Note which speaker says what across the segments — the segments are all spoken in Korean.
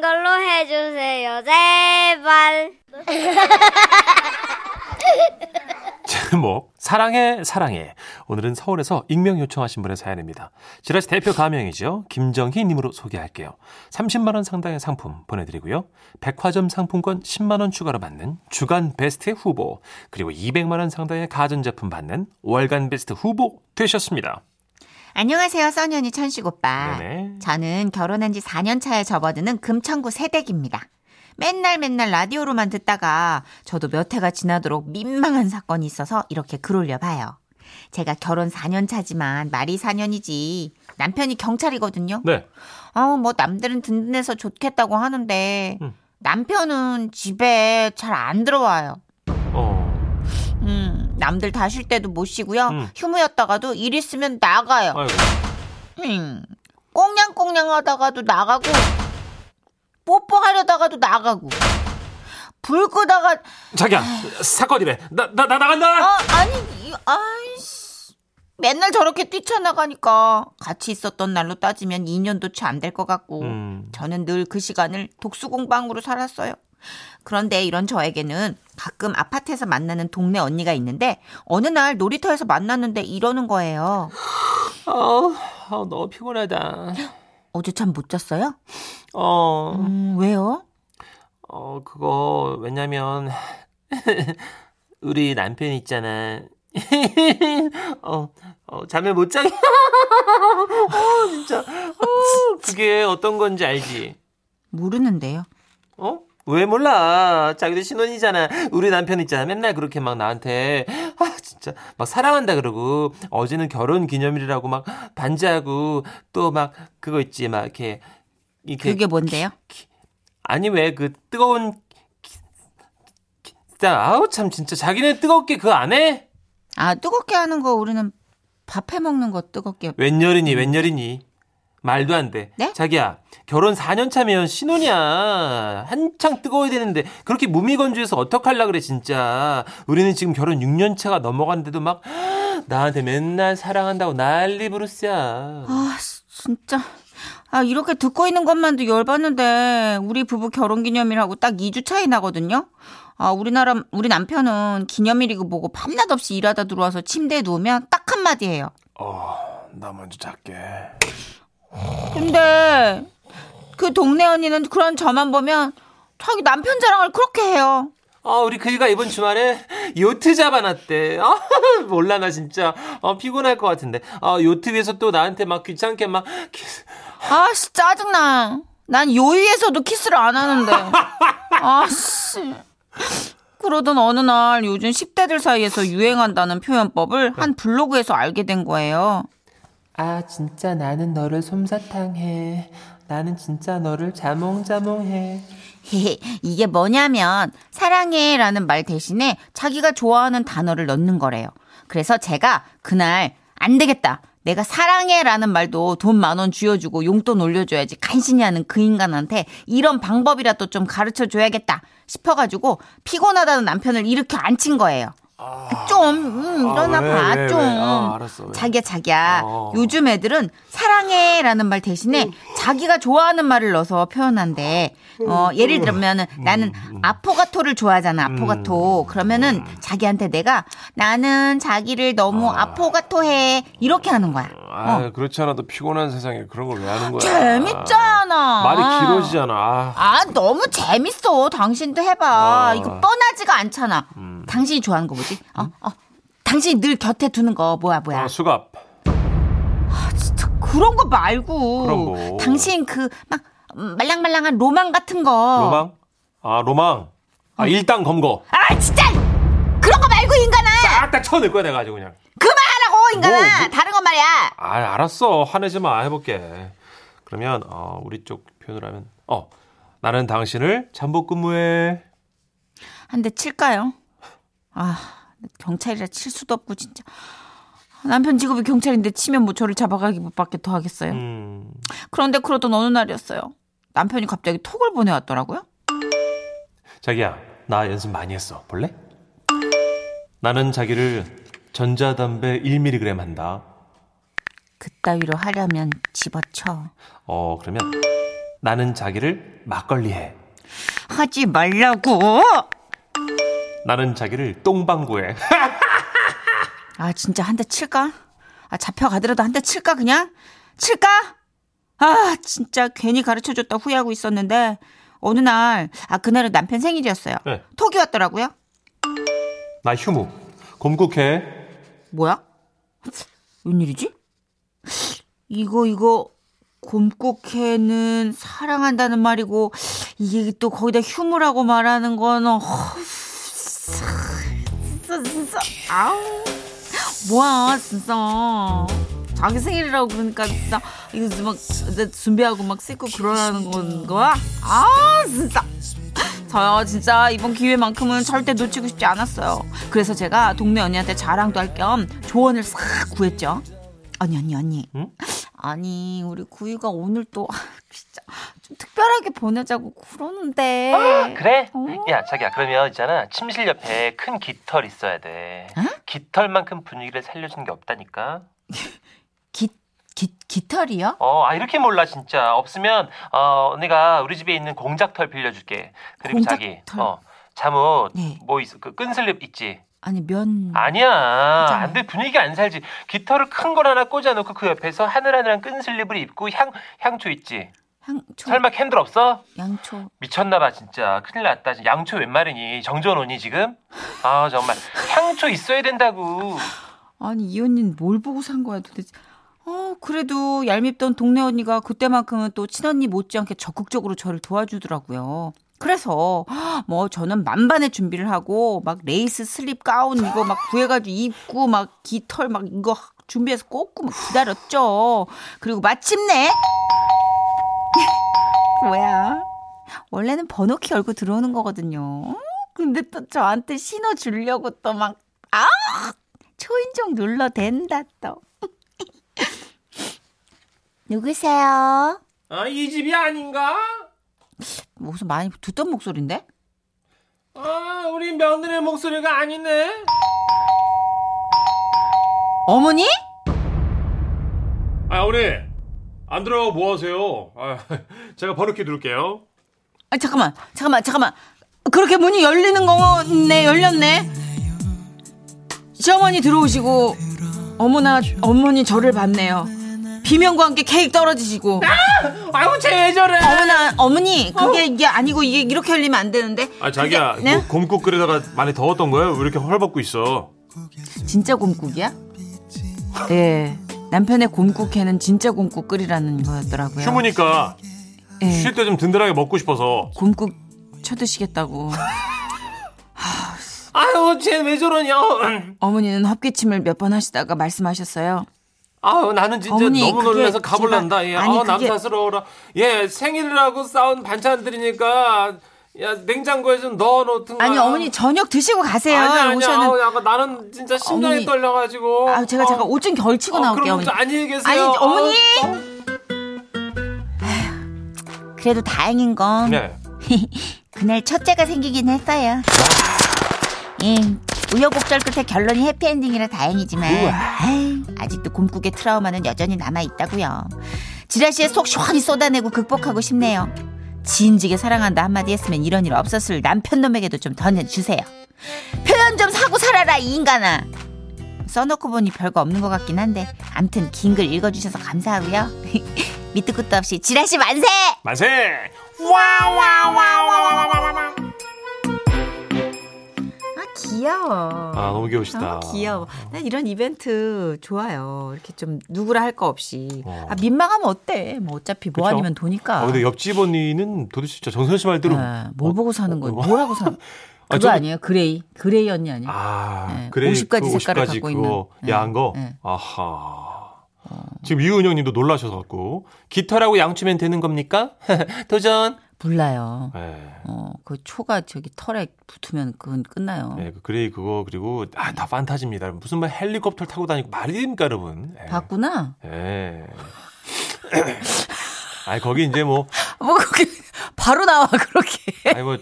Speaker 1: 걸로 해주세요, 제발.
Speaker 2: 제목 사랑해 사랑해 오늘은 서울에서 익명 요청하신 분의 사연입니다. 지라시 대표 가명이죠. 김정희 님으로 소개할게요. 30만 원 상당의 상품 보내드리고요. 백화점 상품권 10만 원 추가로 받는 주간 베스트 후보 그리고 200만 원 상당의 가전제품 받는 월간 베스트 후보 되셨습니다.
Speaker 3: 안녕하세요, 써니언니 천식 오빠.
Speaker 2: 네네.
Speaker 3: 저는 결혼한 지 4년 차에 접어드는 금천구 새댁입니다. 맨날 맨날 라디오로만 듣다가 저도 몇 해가 지나도록 민망한 사건이 있어서 이렇게 글 올려봐요. 제가 결혼 4년 차지만 말이 4년이지 남편이 경찰이거든요.
Speaker 2: 네.
Speaker 3: 아, 뭐 남들은 든든해서 좋겠다고 하는데
Speaker 2: 음.
Speaker 3: 남편은 집에 잘 안 들어와요.
Speaker 2: 어.
Speaker 3: 음, 남들 다 쉴 때도 못 쉬고요.
Speaker 2: 음.
Speaker 3: 휴무였다가도 일 있으면 나가요.
Speaker 2: 아이고.
Speaker 3: 음, 꽁냥꽁냥 하다가도 나가고 뽀뽀하려다가도 나가고 불 끄다가 어
Speaker 2: 자기야 사건이래. 나 나 나 나간다.
Speaker 3: 아니 이- 아이씨 맨날 저렇게 뛰쳐나가니까 같이 있었던 날로 따지면 2년도 채 안 될 것 같고
Speaker 2: 음.
Speaker 3: 저는 늘 그 시간을 독수 공방으로 살았어요. 그런데 이런 저에게는 가끔 아파트에서 만나는 동네 언니가 있는데 어느 날 놀이터에서 만났는데 이러는 거예요.
Speaker 2: 아우, 아우, 너무 피곤하다.
Speaker 3: 어제 잠 못 잤어요?
Speaker 2: 어.
Speaker 3: 음, 왜요?
Speaker 2: 어, 그거, 왜냐면, 우리 남편 있잖아. 어, 어, 잠을 못 자게. 어, 진짜. 어, 그게 어떤 건지 알지?
Speaker 3: 모르는데요.
Speaker 2: 어? 왜 몰라? 자기도 신혼이잖아. 우리 남편 있잖아. 맨날 그렇게 막 나한테, 아, 진짜, 막 사랑한다 그러고, 어제는 결혼 기념일이라고 막 반지하고, 또 막, 그거 있지, 막, 이렇게, 이렇게.
Speaker 3: 그게 뭔데요?
Speaker 2: 아니 왜 그 뜨거운 기- 기- 자, 아우 참 진짜 자기네 뜨겁게 그거 안 해?
Speaker 3: 아 뜨겁게 하는 거 우리는 밥 해 먹는 거 뜨겁게.
Speaker 2: 웬열이니 웬열이니 말도 안 돼.
Speaker 3: 네?
Speaker 2: 자기야 결혼 4년 차면 신혼이야 한창 뜨거워야 되는데 그렇게 무미건조해서 어떡할라 그래 진짜 우리는 지금 결혼 6년 차가 넘어갔는데도 막 나한테 맨날 사랑한다고 난리 부르스야.
Speaker 3: 아 씨, 진짜. 아 이렇게 듣고 있는 것만도 열받는데 우리 부부 결혼 기념일하고 딱 2주 차이 나거든요. 아 우리나라 우리 남편은 기념일이고 뭐고 밤낮 없이 일하다 들어와서 침대에 누우면 딱 한마디예요.
Speaker 2: 어, 나 먼저 잘게.
Speaker 3: 근데 그 동네 언니는 그런 저만 보면 자기 남편 자랑을 그렇게 해요.
Speaker 2: 아, 우리 그이가 이번 주말에 요트 잡아놨대. 아, 몰라, 나 진짜. 아, 피곤할 것 같은데. 아, 요트 위에서 또 나한테 막 귀찮게 막. 키스-
Speaker 3: 아씨 짜증나. 난 요위에서도 키스를 안 하는데. 아씨. 그러던 어느 날 요즘 10대들 사이에서 유행한다는 표현법을 한 블로그에서 알게 된 거예요.
Speaker 4: 아, 진짜 나는 너를 솜사탕해. 나는 진짜 너를 자몽자몽해.
Speaker 3: 이게 뭐냐면 사랑해 라는 말 대신에 자기가 좋아하는 단어를 넣는 거래요. 그래서 제가 그날 안 되겠다. 내가 사랑해 라는 말도 돈 만 원 쥐어주고 용돈 올려줘야지 간신히 하는 그 인간한테 이런 방법이라도 좀 가르쳐 줘야겠다 싶어가지고 피곤하다는 남편을 일으켜 앉힌 거예요. 좀, 음, 일어나
Speaker 2: 아, 왜,
Speaker 3: 봐,
Speaker 2: 왜, 왜.
Speaker 3: 좀.
Speaker 2: 아, 알았어, 왜.
Speaker 3: 자기야, 자기야.
Speaker 2: 어.
Speaker 3: 요즘 애들은 사랑해 라는 말
Speaker 2: 음.
Speaker 3: 대신에 자기가 좋아하는 말을 넣어서 표현한대. 어, 예를 들면은
Speaker 2: 음.
Speaker 3: 나는 아포가토를 좋아하잖아, 아포가토. 그러면은
Speaker 2: 음.
Speaker 3: 자기한테 내가 나는 자기를 너무 아. 포가토해 이렇게 하는 거야. 어.
Speaker 2: 아, 그렇지 않아도 피곤한 세상에 그런 걸 왜 하는 거야.
Speaker 3: 재밌잖아.
Speaker 2: 말이 길어지잖아. 아,
Speaker 3: 아, 너무 재밌어. 당신도 해봐.
Speaker 2: 아. 음.
Speaker 3: 이거 뻔하지가 않잖아. 당신이 좋아하는 거 뭐지? 어, 어. 당신이 늘 곁에 두는 거 뭐야, 뭐야.
Speaker 2: 아, 수갑.
Speaker 3: 진짜 그런 거 말고
Speaker 2: 그럼 뭐.
Speaker 3: 당신 그 막 말랑말랑한 로망 같은 거
Speaker 2: 로망? 아, 로망. 아, 일당 검거.
Speaker 3: 아 진짜 그런 거 말고 인간아
Speaker 2: 딱 다 쳐낼 거야, 내가 아주 그냥.
Speaker 3: 그만하라고 인간아
Speaker 2: 뭐, 뭐.
Speaker 3: 다른 거 말이야
Speaker 2: 아, 알았어. 화내지 마. 해볼게. 그러면, 어, 우리 쪽 표현을 하면, 어, 나는 당신을 잠복 근무해.
Speaker 3: 한 대 칠까요? 아 경찰이라 칠 수도 없고 진짜 남편 직업이 경찰인데 치면 뭐 저를 잡아가기밖에 더 하겠어요
Speaker 2: 음.
Speaker 3: 그런데 그러던 어느 날이었어요 남편이 갑자기 톡을 보내왔더라고요
Speaker 2: 자기야, 나 연습 많이 했어. 볼래? 나는 자기를 전자담배 1mg 한다.
Speaker 3: 그따위로 하려면 집어쳐
Speaker 2: 어, 그러면
Speaker 5: 나는 자기를 막걸리해.
Speaker 3: 하지 말라고.
Speaker 5: 나는 자기를 똥방구해.
Speaker 3: 아 진짜 한 대 칠까? 아 잡혀가더라도 한 대 칠까 그냥? 칠까? 아 진짜 괜히 가르쳐줬다 후회하고 있었는데 어느 날 아 그날은 남편 생일이었어요.
Speaker 5: 네.
Speaker 3: 톡이 왔더라고요.
Speaker 5: 나 휴무. 곰국해.
Speaker 3: 뭐야? 웬일이지? 이거 이거 곰국해는 사랑한다는 말이고 이게 또 거기다 휴무라고 말하는 어, 거는 허, 진짜, 진짜 진짜 아우 뭐야 진짜 자기 생일이라고 그러니까 진짜 이거 지금 막 이제 준비하고 막 씻고 그러라는 건 거야? 아 진짜 저요 진짜 이번 기회만큼은 절대 놓치고 싶지 않았어요. 그래서 제가 동네 언니한테 자랑도 할 겸 조언을 싹 구했죠. 언니 언니 언니.
Speaker 5: 응?
Speaker 3: 아니 우리 구이가 오늘 또 진짜 좀 특별하게 보내자고 그러는데.
Speaker 2: 그래?
Speaker 3: 어.
Speaker 2: 야 자기야 그러면 있잖아 침실 옆에 큰 깃털 있어야 돼 깃털만큼 분위기를 살려주는 게 없다니까
Speaker 3: 깃, 깃, 깃털이요?
Speaker 2: 어 아 이렇게 몰라 진짜 없으면 어 언니가 우리 집에 있는 공작털 빌려줄게 그리고 자기
Speaker 3: 공작털?
Speaker 2: 어 잠옷
Speaker 3: 네. 음.
Speaker 2: 뭐 있어 그 끈슬립 있지
Speaker 3: 아니 면.
Speaker 2: 아니야
Speaker 3: 괜찮아요.
Speaker 2: 안돼 분위기 안 살지 깃털을 큰 걸 하나 꽂아놓고 그 옆에서 하늘하늘한 끈슬립을 입고 향 향초 있지
Speaker 3: 향초.
Speaker 2: 설마 캔들 없어?
Speaker 3: 양초.
Speaker 2: 미쳤나봐 진짜 큰일 났다 지금 양초 웬 말이니 정전원이 지금 아 정말 향초 있어야 된다고
Speaker 3: 아니 이 언니는 뭘 보고 산 거야 도대체. 어 그래도 얄밉던 동네 언니가 그때만큼은 또 친언니 못지않게 적극적으로 저를 도와주더라고요. 그래서 뭐 저는 만반의 준비를 하고 막 레이스 슬립 가운 이거 막 구해가지고 입고 막 깃털 막 이거 준비해서 꽂고 막 기다렸죠. 그리고 마침내 뭐야 원래는 번호키 열고 들어오는 거거든요. 음, 근데 또 저한테 신호 주려고 또 막 아! 초인종 눌러 댄다 또. 누구세요?
Speaker 2: 아이 집이 아닌가?
Speaker 3: 무슨 많이 듣던 목소리인데?
Speaker 2: 아 우리 며느리 목소리가 아니네
Speaker 3: 어머니?
Speaker 5: 아, 어머니. 안 들어가고 뭐 하세요? 아, 제가 번호키 누를게요.
Speaker 3: 아 잠깐만, 잠깐만, 잠깐만. 그렇게 문이 열리는 거네, 열렸네. 시어머니 들어오시고 어머나 어머니 저를 봤네요. 비명과 함께 케이크 떨어지시고
Speaker 2: 아이고 쟤왜 저래
Speaker 3: 어머나 어머니 그게 이게 아니고 이게 이렇게 열리면 안 되는데.
Speaker 5: 아, 자기야.
Speaker 3: 그게- 네?
Speaker 5: 뭐 곰국 끓이다가 많이 더웠던 거예요? 왜 이렇게 헐벗고 있어?
Speaker 3: 진짜 곰국이야? 예. 남편의 곰국회는 진짜 곰국 끓이라는 거였더라고요.
Speaker 5: 휴무니까
Speaker 3: 예.
Speaker 5: 쉴 때 좀 든든하게 먹고 싶어서.
Speaker 3: 곰국 쳐드시겠다고.
Speaker 2: 아유 쟤왜 저러냐
Speaker 3: 어머니는 헛기침을 몇 번 하시다가 말씀하셨어요.
Speaker 2: 아유 나는 진짜
Speaker 3: 어머니,
Speaker 2: 너무
Speaker 3: 그게
Speaker 2: 놀라서 가볼란다
Speaker 3: 제발-
Speaker 2: 예.
Speaker 3: 아니,
Speaker 2: 아우
Speaker 3: 그게-
Speaker 2: 남사스러워라 예 생일이라고 싸운 반찬들이니까 야 냉장고에 좀 넣어놓든가
Speaker 3: 아니 어머니 저녁 드시고 가세요.
Speaker 2: 아니 아니
Speaker 3: 오셔는.
Speaker 2: 아우 약간 나는 진짜 심장이
Speaker 3: 어머니.
Speaker 2: 떨려가지고
Speaker 3: 아 제가
Speaker 2: 어.
Speaker 3: 제가 옷 좀 걸치고
Speaker 2: 어,
Speaker 3: 나올게요.
Speaker 2: 그럼
Speaker 3: 어머니.
Speaker 2: 좀 안녕히 계세요
Speaker 3: 아니,
Speaker 2: 아우,
Speaker 3: 어머니!
Speaker 2: 어.
Speaker 3: 그래도 다행인 건
Speaker 5: 네.
Speaker 3: 그날 첫째가 생기긴 했어요. 예, 우여곡절 끝에 결론이 해피엔딩이라 다행이지만 아유, 아직도 곰국의 트라우마는 여전히 남아 있다고요. 지라 씨의 속 시원히 쏟아내고 극복하고 싶네요. 진지게 사랑한다 한마디 했으면 이런 일 없었을 남편 놈에게도 좀 던져주세요. 표현 좀 사고 살아라 이 인간아. 써놓고 보니 별거 없는 것 같긴 한데 암튼 긴 글 읽어주셔서 감사하고요. 밑도 끝도 없이 지라 씨 만세!
Speaker 5: 만세!
Speaker 3: 아 귀여워.
Speaker 5: 아, 너무 귀여우시다. 어.
Speaker 3: 아, 귀여워. 난 이런 이벤트 좋아요. 이렇게 좀 누구라 할 거 없이.
Speaker 5: 어.
Speaker 3: 아, 민망하면 어때? 뭐 어차피 뭐
Speaker 5: 그쵸?
Speaker 3: 아니면 도니까.
Speaker 5: 아, 근데 옆집 언니는 도대체 진짜 정선 씨 말대로.
Speaker 3: 네, 뭘 보고 사는 거지?
Speaker 5: 어,
Speaker 3: 뭐라고 사?
Speaker 5: 아,
Speaker 3: 그거
Speaker 5: 저기-
Speaker 3: 아, 니에요 그레이, 그레이 언니 아니에요?
Speaker 5: 아,
Speaker 3: 네,
Speaker 5: 그래.
Speaker 3: 50 가지
Speaker 5: 그
Speaker 3: 색깔을
Speaker 5: 50 가지
Speaker 3: 갖고
Speaker 5: 그거
Speaker 3: 있는.
Speaker 5: 야한 거?
Speaker 3: 네. 어.
Speaker 5: 아하. 지금 이은영 님도 놀라셔서 갖고 깃털하고 양치면 되는 겁니까? 도전.
Speaker 3: 몰라요.
Speaker 5: 네.
Speaker 3: 어, 그 초가 저기 털에 붙으면 그건 끝나요.
Speaker 5: 네, 그 그레이 그거 그리고 아, 다 판타지입니다. 무슨 말 헬리콥터 타고 다니고 말이 됩니까, 여러분? 예.
Speaker 3: 봤구나.
Speaker 5: 예. 아, 거기 이제 뭐
Speaker 3: 뭐 그게 바로 나와 그렇게.
Speaker 5: 아니 뭐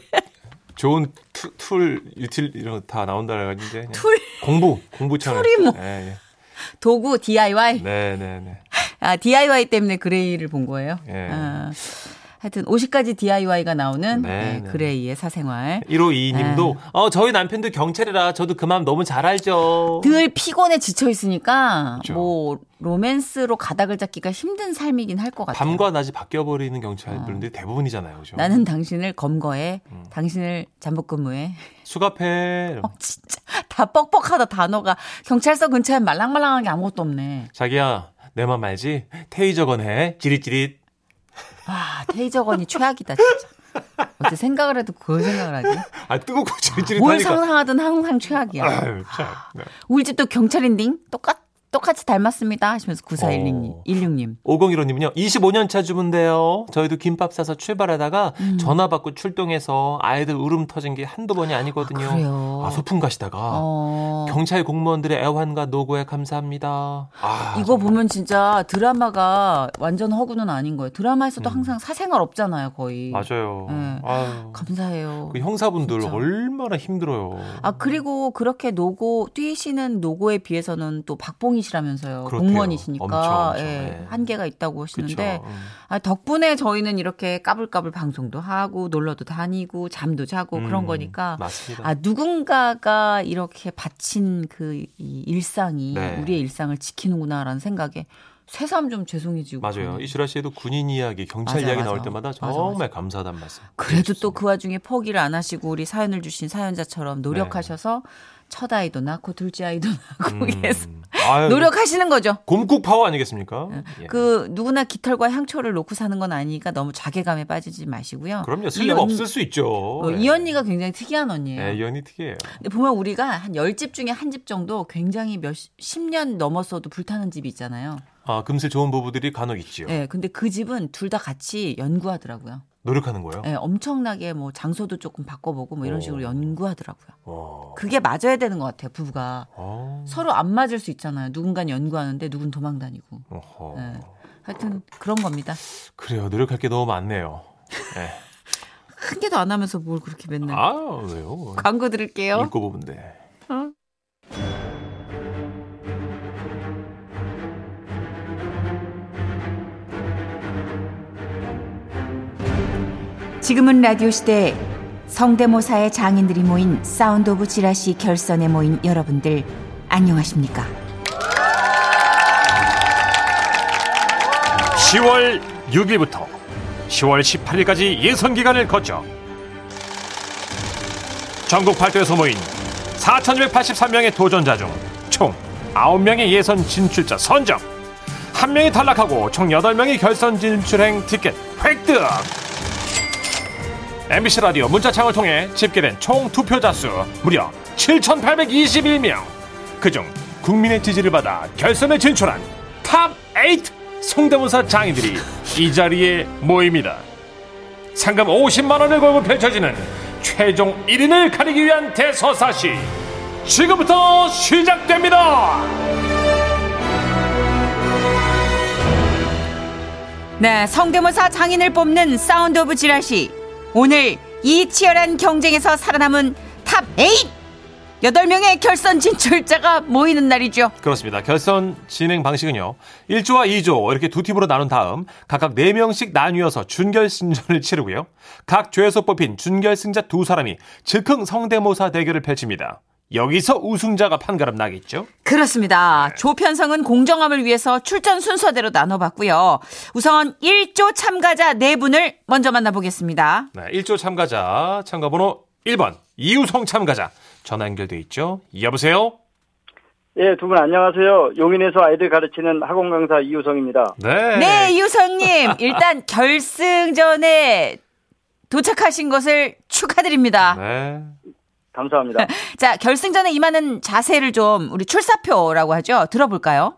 Speaker 5: 좋은 툴, 툴 유틸 이런 거 다 나온다 그래 가지고
Speaker 3: 툴.
Speaker 5: 공부, 공부 채널.
Speaker 3: 툴이 뭐.
Speaker 5: 예,
Speaker 3: 도구 DIY.
Speaker 5: 예. 네, 네, 네.
Speaker 3: 아, DIY 때문에 그레이를 본 거예요?
Speaker 5: 예.
Speaker 3: 아. 하여튼 50가지 DIY가 나오는
Speaker 5: 네,
Speaker 3: 네,
Speaker 5: 네.
Speaker 3: 그레이의 사생활.
Speaker 5: 1522님도
Speaker 3: 아.
Speaker 5: 어 저희 남편도 경찰이라 저도 그 마음 너무 잘 알죠.
Speaker 3: 늘 피곤에 지쳐 있으니까
Speaker 5: 그렇죠.
Speaker 3: 뭐 로맨스로 가닥을 잡기가 힘든 삶이긴 할 것 같아요.
Speaker 5: 밤과 낮이 바뀌어 버리는 경찰분들 대부분이잖아요. 그죠?
Speaker 3: 네. 나는 당신을 검거해,
Speaker 5: 음.
Speaker 3: 당신을 잠복근무해.
Speaker 5: 수갑해.
Speaker 3: 어, 진짜 다 뻑뻑하다 단어가 경찰서 근처엔 말랑말랑한 게 아무것도 없네.
Speaker 5: 자기야, 내 맘 알지? 테이저건 해. 지릿지릿.
Speaker 3: 아 테이저건이 최악이다 진짜. 어떻게 생각을 해도 그걸 생각을 하지?
Speaker 5: 아 뜨겁고 지릿지릿
Speaker 3: 뭘
Speaker 5: 하니까.
Speaker 3: 상상하든 항상 최악이야.
Speaker 5: 아유, 참. 네.
Speaker 3: 우리 집도 경찰인딩 똑같 똑같이 닮았습니다 하시면서 9416님
Speaker 5: 어.
Speaker 3: 16님.
Speaker 5: 5015님은요, 25년차 주부인데요. 저희도 김밥 싸서 출발하다가
Speaker 3: 음.
Speaker 5: 전화 받고 출동해서 아이들 울음 터진 게 한두 번이 아니거든요.
Speaker 3: 아, 그래요?
Speaker 5: 소풍 가시다가.
Speaker 3: 어.
Speaker 5: 경찰 공무원들의 애환과 노고에 감사합니다. 아,
Speaker 3: 이거 보면 진짜 드라마가 완전 허구는 아닌 거예요. 드라마에서도
Speaker 5: 음.
Speaker 3: 항상 사생활 없잖아요, 거의.
Speaker 5: 맞아요.
Speaker 3: 네.
Speaker 5: 아유,
Speaker 3: 감사해요.
Speaker 5: 그 형사분들
Speaker 3: 진짜.
Speaker 5: 얼마나 힘들어요.
Speaker 3: 아 그리고 그렇게 노고 뛰시는 노고에 비해서는 또 박봉이 시라면서요.
Speaker 5: 그렇대요.
Speaker 3: 공무원이시니까
Speaker 5: 엄청, 엄청,
Speaker 3: 예,
Speaker 5: 예.
Speaker 3: 한계가 있다고
Speaker 5: 그쵸.
Speaker 3: 하시는데
Speaker 5: 음.
Speaker 3: 아, 덕분에 저희는 이렇게 까불까불 방송도 하고 놀러도 다니고 잠도 자고
Speaker 5: 음,
Speaker 3: 그런 거니까
Speaker 5: 맞습니다.
Speaker 3: 아 누군가가 이렇게 바친 그이 일상이
Speaker 5: 네.
Speaker 3: 우리의 일상을 지키는구나라는 생각에 새삼 좀 죄송해지고
Speaker 5: 맞아요.
Speaker 3: 그러네요.
Speaker 5: 이슈라 씨도 군인 이야기,
Speaker 3: 음.
Speaker 5: 경찰
Speaker 3: 맞아요,
Speaker 5: 이야기
Speaker 3: 맞아요.
Speaker 5: 나올 때마다
Speaker 3: 맞아,
Speaker 5: 정말
Speaker 3: 맞아.
Speaker 5: 감사하단 말씀.
Speaker 3: 그래도 또 그 와중에 포기를 안 하시고 우리 사연을 주신 사연자처럼 노력하셔서
Speaker 5: 네.
Speaker 3: 첫 아이도 낳고 둘째 아이도 낳고 계속
Speaker 5: 음. 아유,
Speaker 3: 그
Speaker 5: 네.
Speaker 3: 노력하시는 거죠.
Speaker 5: 곰국 파워 아니겠습니까? 예.
Speaker 3: 그 누구나 깃털과 향초를 놓고 사는 건 아니니까 너무 자괴감에 빠지지 마시고요.
Speaker 5: 그럼요.
Speaker 3: 아, 이
Speaker 5: 슬림
Speaker 3: 언-
Speaker 5: 없을 수 있죠.
Speaker 3: 어, 이 언니가 굉장히 특이한 언니예요.
Speaker 5: 네, 이 언니 특이해요.
Speaker 3: 근데 보면 우리가 한 10집 중에 한 집 정도 굉장히 몇 10년 넘었어도 불타는 집이 있잖아요.
Speaker 5: 아, 금슬 좋은 부부들이 간혹 있지요.
Speaker 3: 예. 근데 그 집은 둘 다 같이 연구하더라고요.
Speaker 5: 노력하는 거예요.
Speaker 3: 예, 엄청나게 뭐 장소도 조금 바꿔보고 뭐 이런 식으로
Speaker 5: 오.
Speaker 3: 연구하더라고요.
Speaker 5: 어.
Speaker 3: 그게 맞아야 되는 것 같아요, 부부가.
Speaker 5: 어.
Speaker 3: 서로 안 맞을 수 있잖아요. 누군가는 연구하는데 누군 도망 다니고.
Speaker 5: 어허.
Speaker 3: 예. 하여튼 그런 겁니다.
Speaker 5: 그래요. 노력할 게 너무 많네요. 네.
Speaker 3: 한 개도 안 하면서 뭘 그렇게 맨날.
Speaker 5: 아, 왜요?
Speaker 3: 광고 들을게요. 어?
Speaker 5: 읽고 보는데.
Speaker 6: 지금은 라디오 시대 성대모사의 장인들이 모인 사운드 오브 지라시 결선에 모인 여러분들 안녕하십니까?
Speaker 7: 10월 6일부터 10월 18일까지 예선 기간을 거쳐 전국 발도에서 모인 4,283명의 도전자 중 총 9명의 예선 진출자 선정 1명이 탈락하고 총 8명이 결선 진출행 티켓 획득 MBC 라디오 문자창을 통해 집계된 총 투표자 수 무려 7,821명 그중 국민의 지지를 받아 결선에 진출한 탑8 성대모사 장인들이 이 자리에 모입니다. 상금 50만 원을 걸고 펼쳐지는 최종 1인을 가리기 위한 대서사시 지금부터 시작됩니다.
Speaker 6: 네, 성대모사 장인을 뽑는 사운드 오브 지라시 오늘 이 치열한 경쟁에서 살아남은 탑 8! 8명의 결선 진출자가 모이는 날이죠.
Speaker 5: 그렇습니다. 결선 진행 방식은요. 1조와 2조 이렇게 두 팀으로 나눈 다음 각각 4명씩 나뉘어서 준결승전을 치르고요. 각 조에서 뽑힌 준결승자 두 사람이 즉흥 성대모사 대결을 펼칩니다. 여기서 우승자가 판가름 나겠죠?
Speaker 6: 그렇습니다. 조편성은 공정함을 위해서 출전 순서대로 나눠봤고요. 우선 1조 참가자 네분을 먼저 만나보겠습니다.
Speaker 5: 네, 1조 참가자 참가 번호 1번 이우성 참가자 전화 연결돼 있죠? 여보세요?
Speaker 8: 예, 두 분 안녕하세요. 용인에서 아이들 가르치는 학원 강사 이우성입니다.
Speaker 5: 네.
Speaker 6: 네, 유성님. 일단 결승전에 도착하신 것을 축하드립니다.
Speaker 5: 네.
Speaker 8: 감사합니다.
Speaker 3: 네.
Speaker 6: 자, 결승전에 임하는 자세를 좀 우리 출사표라고 하죠. 들어볼까요?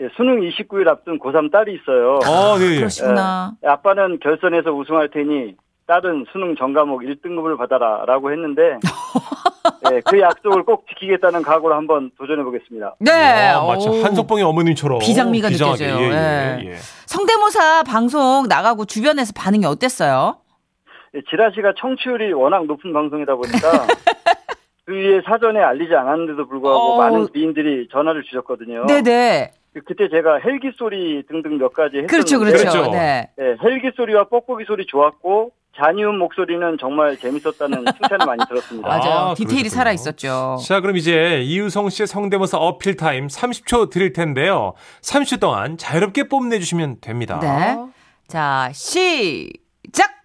Speaker 8: 예, 수능 29일 앞둔 고3 딸이 있어요.
Speaker 9: 아,
Speaker 5: 어, 네. 네.
Speaker 6: 그러시구나.
Speaker 8: 예, 아빠는 결선에서 우승할 테니 딸은 수능 전 과목 1등급을 받아라 라고 했는데 예, 그 약속을 꼭 지키겠다는 각오로 한번 도전해 보겠습니다.
Speaker 6: 네.
Speaker 9: 아,
Speaker 5: 어, 마치
Speaker 6: 오.
Speaker 5: 한석봉의 어머님처럼
Speaker 6: 비장미가
Speaker 5: 비장하게.
Speaker 6: 느껴져요.
Speaker 5: 예, 예,
Speaker 6: 예.
Speaker 5: 예.
Speaker 6: 성대모사 방송 나가고 주변에서 반응이 어땠어요?
Speaker 8: 예, 지라시가 청취율이 워낙 높은 방송이다 보니까 그 위에 사전에 알리지 않았는데도 불구하고
Speaker 6: 어우.
Speaker 3: 어?
Speaker 8: 많은 미인들이 전화를 주셨거든요.
Speaker 6: 네네.
Speaker 8: 그- 그때 제가 헬기 소리 등등 몇 가지 했었는데
Speaker 3: 그렇죠, 그렇죠.
Speaker 9: 그렇죠.
Speaker 3: 네.
Speaker 8: 예, 헬기 소리와 뻐꾸기 소리 좋았고 잔이운 목소리는 정말 재밌었다는 칭찬을 많이 들었습니다.
Speaker 3: 맞아요.
Speaker 9: 아,
Speaker 3: 디테일이
Speaker 9: 그러셨군요.
Speaker 3: 살아 있었죠.
Speaker 9: 자, 그럼 이제 이유성 씨의 성대모사 어필 타임 30초 드릴 텐데요. 30초 동안 자유롭게 뽐내주시면 됩니다.
Speaker 3: 네. 자, 시작.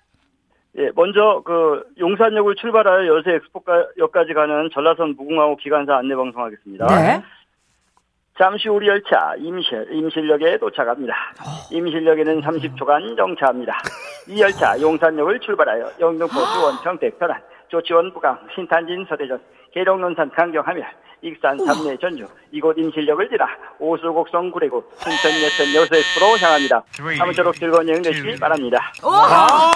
Speaker 8: 예, 먼저 그 용산역을 출발하여 여수 엑스포역까지 가는 전라선 무궁화호 기관사 안내 방송하겠습니다.
Speaker 3: 네.
Speaker 8: 잠시 우리 열차 임실, 임실역에 도착합니다. 임실역에는 30초간 정차합니다. 이 열차 용산역을 출발하여 영등포 수원 평택 편안 조치원 부강 신탄진 서대전 계룡논산 강경하면 익산 삼내 전주 이곳 임실역을 지나 오수곡성 구례구 순천 여천 여수에프로 향합니다. 아무쪼록 즐거운 여행 되시길 바랍니다.
Speaker 9: 아!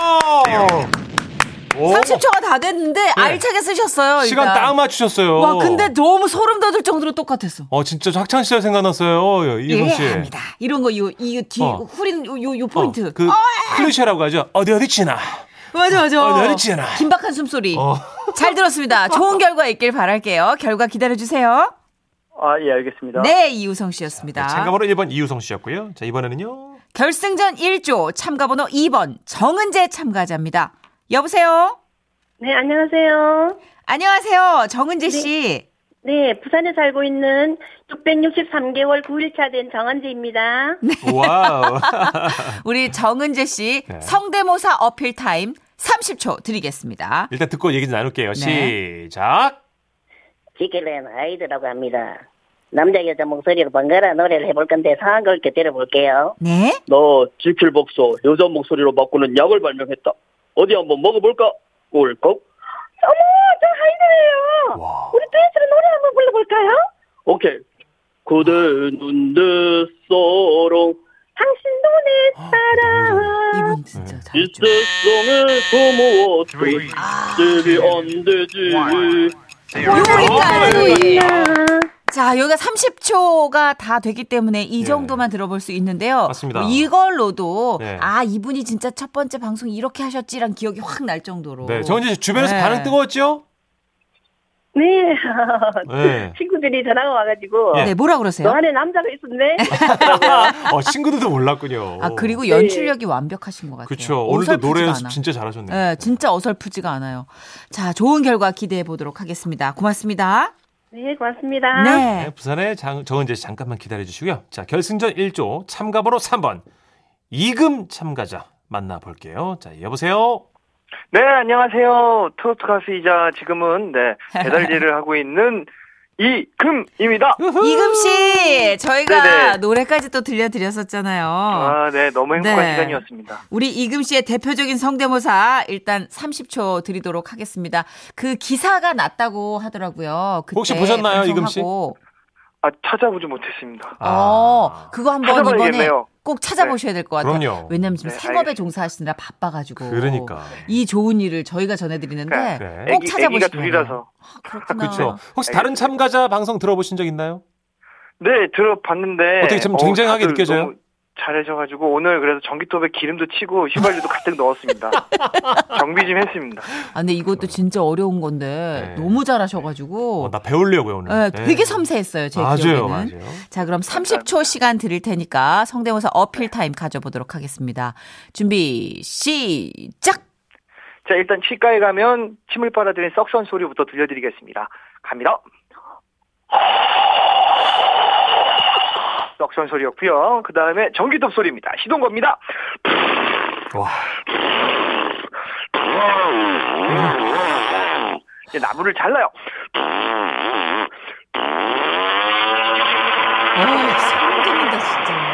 Speaker 9: 오,
Speaker 3: 30초가 다 됐는데 알차게 쓰셨어요.
Speaker 9: 시간
Speaker 3: 일단.
Speaker 9: 딱 맞추셨어요.
Speaker 3: 와, 근데 너무 소름 돋을 정도로 똑같았어.
Speaker 9: 어, 진짜 학창 시절 생각났어요. 이성 씨.
Speaker 3: 예, 합니다. 이런 거, 요, 이, 뒤,
Speaker 9: 어.
Speaker 3: 후린, 요, 요, 요
Speaker 9: 어,
Speaker 3: 포인트.
Speaker 9: 그 클리셰라고 하죠. 어디 어디 지나.
Speaker 3: 맞아, 맞아.
Speaker 9: 어, 나 알잖아.
Speaker 3: 긴박한 숨소리.
Speaker 9: 어.
Speaker 3: 잘 들었습니다. 좋은 결과 있길 바랄게요. 결과 기다려주세요.
Speaker 8: 아, 예, 알겠습니다.
Speaker 3: 네, 이우성 씨였습니다.
Speaker 9: 참가번호
Speaker 5: 1번 이유성 씨였고요. 자, 이번에는요.
Speaker 3: 결승전 1조 참가번호 2번 정은재 참가자입니다. 여보세요?
Speaker 10: 네, 안녕하세요.
Speaker 3: 안녕하세요. 정은재 씨.
Speaker 10: 네, 부산에 살고 있는 663개월 9일차 된 정한지입니다.
Speaker 11: 네.
Speaker 5: 와우.
Speaker 3: 우리 정은재 씨
Speaker 5: 네.
Speaker 3: 성대모사 어필 타임 30초 드리겠습니다.
Speaker 5: 일단 듣고 얘기 좀 나눌게요.
Speaker 3: 네.
Speaker 5: 시작.
Speaker 10: 지킬랜 아이드라고 합니다. 남자 여자 목소리로 번갈아 노래를 해볼 건데 상황 걸게 들어볼게요.
Speaker 3: 네.
Speaker 11: 너 지킬 복소 여자 목소리로 바꾸는 약을 발명했다. 어디 한번 먹어볼까? 꿀꺽.
Speaker 10: 어머, 저 아이드예요. 우리 듀엣으로 노래 한번 불러볼까요?
Speaker 11: 오케이. 그대 눈대 소롱
Speaker 10: 당신 눈에 따라
Speaker 3: 이분
Speaker 5: 네.
Speaker 3: 진짜 잘했죠.
Speaker 11: 이세성을 소모워도 집이 안 되지.
Speaker 3: 여기까지. 자, 여기가 30초가 다 되기 때문에 이 정도만 들어볼 수 있는데요.
Speaker 5: 네. 맞습니다.
Speaker 3: 뭐 이걸로도
Speaker 5: 네.
Speaker 3: 아 이분이 진짜 첫 번째 방송 이렇게 하셨지란 기억이 확 날 정도로.
Speaker 5: 네, 정은지 씨 주변에서
Speaker 3: 네.
Speaker 5: 반응 뜨거웠죠?
Speaker 10: 네.
Speaker 5: 네.
Speaker 10: 친구들이 전화가 와가지고
Speaker 5: 예.
Speaker 3: 네, 뭐라 그러세요?
Speaker 10: 너 안에 남자가 있었네.
Speaker 5: 어, 친구들도 몰랐군요.
Speaker 3: 아 그리고 연출력이 완벽하신 것 같아요.
Speaker 5: 그쵸. 오늘도 노래
Speaker 3: 어설프지가
Speaker 5: 연습
Speaker 3: 않아.
Speaker 5: 진짜 잘하셨네요.
Speaker 3: 네, 진짜 어설프지가 않아요. 자, 좋은 결과 기대해 보도록 하겠습니다. 고맙습니다.
Speaker 10: 네, 고맙습니다.
Speaker 5: 네,
Speaker 3: 네.
Speaker 5: 부산의 장, 정은재 씨 잠깐만 기다려 주시고요. 자, 결승전 1조 참가번호 3번. 이금 참가자 만나 볼게요. 자, 여보세요.
Speaker 12: 네, 안녕하세요. 트로트 가수이자 지금은 네, 배달일을 하고 있는 이금입니다.
Speaker 3: 이금 씨, 저희가
Speaker 12: 네네.
Speaker 3: 노래까지 또 들려드렸었잖아요.
Speaker 12: 아, 네, 너무 행복한
Speaker 3: 어. 네.
Speaker 12: 시간이었습니다.
Speaker 3: 우리 이금 씨의 대표적인 성대모사 일단 30초 드리도록 하겠습니다. 그 기사가 났다고 하더라고요. 그때
Speaker 5: 혹시 보셨나요, 이금 씨?
Speaker 3: 방송하고.
Speaker 12: 아, 찾아보지 못했습니다.
Speaker 3: 어, 그거 한번 이번에
Speaker 12: 찾아봐야겠네요.
Speaker 3: 꼭 찾아보셔야 될 것 같아요.
Speaker 5: 그럼요.
Speaker 3: 왜냐면 지금
Speaker 12: 네,
Speaker 3: 생업에
Speaker 12: 알겠습니다.
Speaker 3: 종사하시느라 바빠가지고.
Speaker 5: 그러니까.
Speaker 3: 이 좋은 일을 저희가 전해드리는데
Speaker 5: 네.
Speaker 3: 꼭
Speaker 12: 애기, 애기가
Speaker 3: 찾아보시면
Speaker 12: 둘이라서.
Speaker 3: 그렇구나.
Speaker 5: 그렇죠. 혹시 다른 참가자 방송 들어보신 적 있나요?
Speaker 12: 네, 들어봤는데.
Speaker 5: 어떻게 좀
Speaker 12: 어우,
Speaker 5: 쟁쟁하게
Speaker 12: 다들
Speaker 5: 느껴져요?
Speaker 12: 너무 잘해져가지고 오늘 그래서 전기톱에 기름도 치고 휘발유도 가득 넣었습니다. 정비 좀 했습니다.
Speaker 3: 아, 근데 이것도 진짜 어려운 건데
Speaker 5: 네.
Speaker 3: 너무 잘하셔가지고
Speaker 5: 어, 나 배우려고요, 오늘.
Speaker 3: 뭐. 네,
Speaker 5: 네.
Speaker 3: 되게 섬세했어요 제
Speaker 5: 맞아요,
Speaker 3: 기억에는.
Speaker 5: 맞아요.
Speaker 3: 자, 그럼 30초 시간 드릴 테니까 성대모사 어필 타임 가져보도록 하겠습니다. 준비, 시작!
Speaker 12: 자, 일단 치과에 가면 침을 빨아들인 썩선 소리부터 들려드리겠습니다. 갑니다. 썩선 소리였고요. 그 다음에 전기톱 소리입니다. 시동 겁니다.
Speaker 5: 와.
Speaker 12: 이제 나무를 잘라요.
Speaker 3: 성대모사 어, 진짜.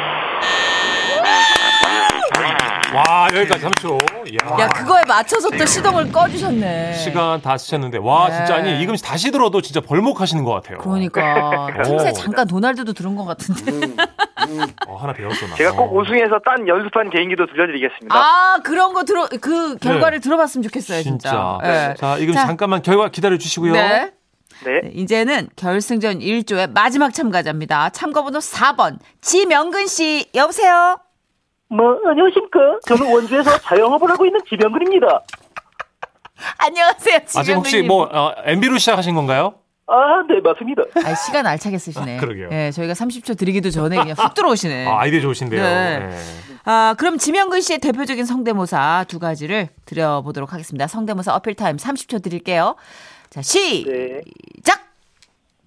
Speaker 5: 와, 여기까지 3초. 이야.
Speaker 3: 야, 그거에 맞춰서 또 시동을 꺼주셨네.
Speaker 5: 시간 다 쓰셨는데 와
Speaker 3: 네.
Speaker 5: 진짜 아니 이금 다시 들어도 진짜 벌목하시는 것 같아요.
Speaker 3: 그러니까.
Speaker 5: 오.
Speaker 3: 틈새 잠깐 도날드도 들은 것 같은데.
Speaker 5: 어, 하나 배웠어 나.
Speaker 12: 제가 꼭
Speaker 5: 어.
Speaker 12: 오승에서 딴 연습한 개인기도 들려드리겠습니다.
Speaker 3: 아, 그런 거 들어, 그 결과를 들어봤으면 좋겠어요, 진짜.
Speaker 5: 네. 진짜.
Speaker 3: 예.
Speaker 5: 자 이금
Speaker 3: 자.
Speaker 5: 잠깐만 결과 기다려 주시고요.
Speaker 3: 네.
Speaker 12: 네.
Speaker 3: 네, 이제는 결승전 1조의 마지막 참가자입니다. 참가번호 4번. 지명근 씨, 여보세요?
Speaker 11: 뭐
Speaker 10: 어, 그,
Speaker 11: 안녕하십니까? 저는 원주에서 자영업을 하고 네, 있는 지명근입니다.
Speaker 3: 안녕하세요, 지명근
Speaker 5: 아직 뭐, 혹시 뭐 어, MB로 시작하신 건가요?
Speaker 13: 아, 네, 맞습니다.
Speaker 3: 아, 시간 알차게 쓰시네.
Speaker 5: 아, 그러게요.
Speaker 3: 예, 저희가 30초 드리기도 전에 그냥 훅 들어오시네.
Speaker 5: 아, 아이디어 좋으신데요.
Speaker 3: 네.
Speaker 5: 네.
Speaker 3: 아, 그럼 지명근 씨의 대표적인 성대모사 두 가지를 드려보도록 하겠습니다. 성대모사 어필 타임 30초 드릴게요. 자, 시작!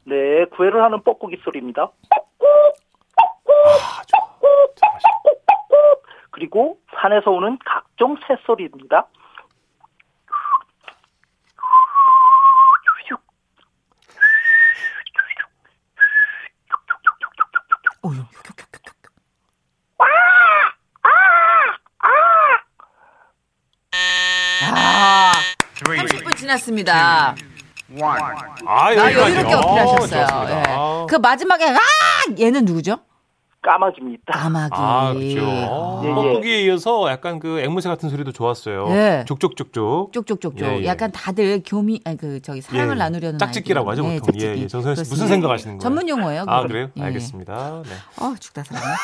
Speaker 13: 네. 네, 구애를 하는 뻐꾸기 소리입니다. 그리고 산에서 오는 각종 새소리입니다.
Speaker 3: 아, 30분 지났습니다.
Speaker 5: 아,
Speaker 3: 아,
Speaker 5: 여기까지요.
Speaker 3: 여유롭게 어필하셨어요.
Speaker 5: 어, 좋습니다.
Speaker 3: 예.
Speaker 5: 아.
Speaker 3: 그 마지막에, 아! 얘는 누구죠?
Speaker 13: 까마귀입니다.
Speaker 3: 까마귀.
Speaker 5: 아, 그렇죠.
Speaker 13: 예, 예.
Speaker 5: 뻐꾸기에 이어서 약간 그 앵무새 같은 소리도 좋았어요.
Speaker 3: 예.
Speaker 5: 족족족족.
Speaker 3: 쪽쪽쪽쪽.
Speaker 5: 예, 예.
Speaker 3: 약간 다들 교미, 아니, 그, 저기, 사랑을
Speaker 5: 예.
Speaker 3: 나누려는.
Speaker 5: 짝짓기라고 하죠,
Speaker 3: 아이들. 예,
Speaker 5: 보통. 예,
Speaker 3: 짝짓기.
Speaker 5: 예. 정선 씨 무슨
Speaker 3: 그렇습니다.
Speaker 5: 생각하시는 거예요?
Speaker 3: 전문 용어예요.
Speaker 5: 아,
Speaker 3: 그건.
Speaker 5: 그래요?
Speaker 3: 예.
Speaker 5: 알겠습니다. 네.
Speaker 3: 어, 죽다 살았네.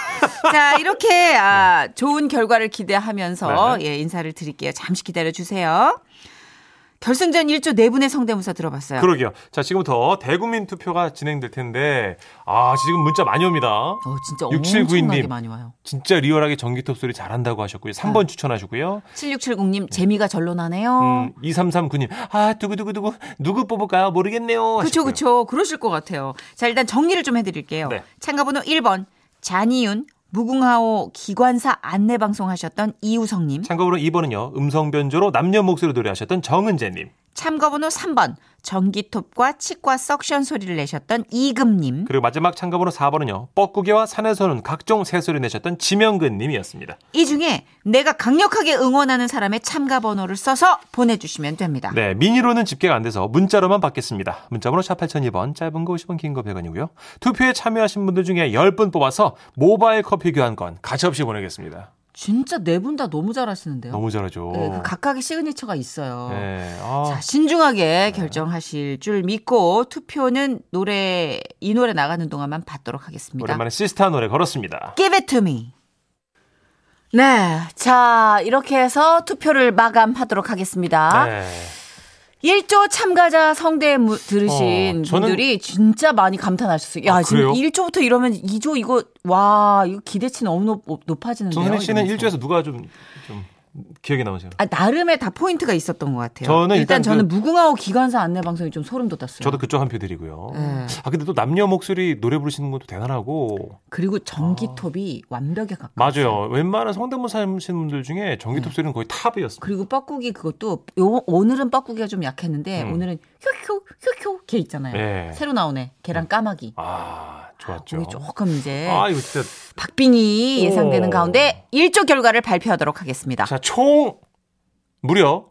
Speaker 3: 자, 이렇게 아, 좋은 결과를 기대하면서
Speaker 5: 네.
Speaker 3: 예, 인사를 드릴게요. 잠시 기다려 주세요. 결승전 1조 네 분의 성대모사 들어봤어요.
Speaker 5: 그러게요. 자, 지금부터 대국민 투표가 진행될 텐데, 아, 지금 문자 많이 옵니다.
Speaker 3: 어, 진짜
Speaker 5: 6792 님.
Speaker 3: 엄청나게 많이 와요.
Speaker 5: 진짜 리얼하게 전기톱 소리 잘한다고 하셨고요. 3번
Speaker 3: 네.
Speaker 5: 추천하셨고요.
Speaker 3: 7670님 재미가 절로 나네요.
Speaker 5: 음, 2339님, 아, 두구두구두구, 누구 뽑을까요? 모르겠네요.
Speaker 3: 그쵸
Speaker 5: 하셨고요.
Speaker 3: 그쵸. 그러실 것 같아요. 자, 일단 정리를 좀 해드릴게요.
Speaker 5: 네.
Speaker 3: 참가번호 1번 잔이윤 무궁화호 기관사 안내 방송 하셨던 이우성님.
Speaker 5: 참고로 2번은요, 음성 변조로 남녀 목소리 노래하셨던 정은재님.
Speaker 3: 참가번호 3번 전기톱과 치과 석션 소리를 내셨던 이금님.
Speaker 5: 그리고 마지막 참가번호 4번은요, 뻐꾸기와 산에서는 각종 새소리 내셨던 지명근님이었습니다.
Speaker 3: 이 중에 내가 강력하게 응원하는 사람의 참가 번호를 써서 보내주시면 됩니다.
Speaker 5: 네, 미니로는 집계가 안 돼서 문자로만 받겠습니다. 문자번호 샵 8002번, 짧은 거 50원, 긴 거 100원이고요. 투표에 참여하신 분들 중에 10분 뽑아서 모바일 커피 교환권 가차없이 보내겠습니다.
Speaker 3: 진짜 네 분 다 너무 잘하시는데요.
Speaker 5: 너무 잘하죠.
Speaker 3: 네, 그 각각의 시그니처가 있어요.
Speaker 5: 네, 아,
Speaker 3: 자, 신중하게 결정하실 줄 믿고 투표는 노래 이 노래 나가는 동안만 받도록 하겠습니다.
Speaker 5: 오랜만에 시스타 노래 걸었습니다.
Speaker 3: Give it to me. 네. 자, 이렇게 해서 투표를 마감하도록 하겠습니다.
Speaker 5: 네.
Speaker 3: 1조 참가자 성대 무, 들으신
Speaker 5: 어, 저는-
Speaker 3: 분들이 진짜 많이 감탄하셨어요. 야,
Speaker 5: 아,
Speaker 3: 지금
Speaker 5: 그래요?
Speaker 3: 1조부터 이러면 2조 이거 와, 이거 기대치 너무 높, 높아지는데요.
Speaker 5: 정선희 씨는
Speaker 3: 이러면서.
Speaker 5: 1주에서 누가 좀, 좀 기억에 남으세요?
Speaker 3: 아, 나름의 다 포인트가 있었던 것 같아요.
Speaker 5: 저는
Speaker 3: 일단,
Speaker 5: 일단 그
Speaker 3: 저는 무궁화호 기관사 안내 방송이 좀 소름 돋았어요.
Speaker 5: 저도 그쪽 한 표 드리고요.
Speaker 3: 네.
Speaker 5: 아, 근데 또 남녀 목소리 노래 부르시는 것도 대단하고.
Speaker 3: 그리고 전기톱이 완벽에 가까워.
Speaker 5: 아. 맞아요.
Speaker 3: 그렇죠.
Speaker 5: 웬만한 성대모사 하시는 분들 중에
Speaker 3: 네.
Speaker 5: 전기톱 소리는 거의 탑이었습니다.
Speaker 3: 그리고 뻐꾸기 그것도 요, 오늘은 뻐꾸기가 좀 약했는데
Speaker 5: 음.
Speaker 3: 오늘은 효효 효효 걔 있잖아요.
Speaker 5: 네.
Speaker 3: 새로 나오네. 걔랑 까마귀.
Speaker 5: 아, 좋았죠.
Speaker 3: 우리 조금 어, 이제
Speaker 5: 아, 이거 진짜.
Speaker 3: 박빙이 예상되는
Speaker 5: 오.
Speaker 3: 가운데 1조 결과를 발표하도록 하겠습니다.
Speaker 5: 자, 총 무려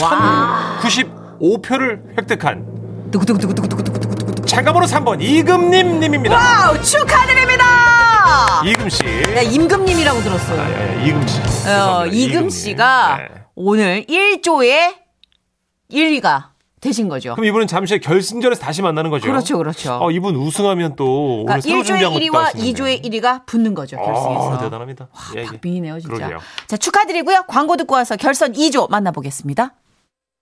Speaker 3: 와.
Speaker 5: 1095표를 획득한
Speaker 3: 두구두구두구두구두구두구.
Speaker 5: 참가번호 3번 이금님 님입니다.
Speaker 3: 와우 축하드립니다.
Speaker 5: 이금 씨.
Speaker 3: 야, 임금님이라고
Speaker 5: 아,
Speaker 3: 들었어요.
Speaker 5: 예, 예, 이금 씨.
Speaker 3: 어,
Speaker 5: 죄송합니다.
Speaker 3: 이금
Speaker 5: 님.
Speaker 3: 씨가
Speaker 5: 네.
Speaker 3: 오늘 1조의 1위가 되신 거죠.
Speaker 5: 그럼 이분은 잠시 후에 결승전에서 다시 만나는 거죠.
Speaker 3: 그렇죠, 그렇죠.
Speaker 5: 어, 이분 우승하면 또 오늘
Speaker 3: 그러니까
Speaker 5: 새로
Speaker 3: 1조의
Speaker 5: 준비한 것도
Speaker 3: 1위와
Speaker 5: 하시는데.
Speaker 3: 2조의 1위가 붙는 거죠. 결승에서.
Speaker 5: 아, 대단합니다. 예, 예.
Speaker 3: 박빙이네요, 진짜.
Speaker 5: 그러게요.
Speaker 3: 자, 축하드리고요. 광고 듣고 와서 결선 2조 만나보겠습니다.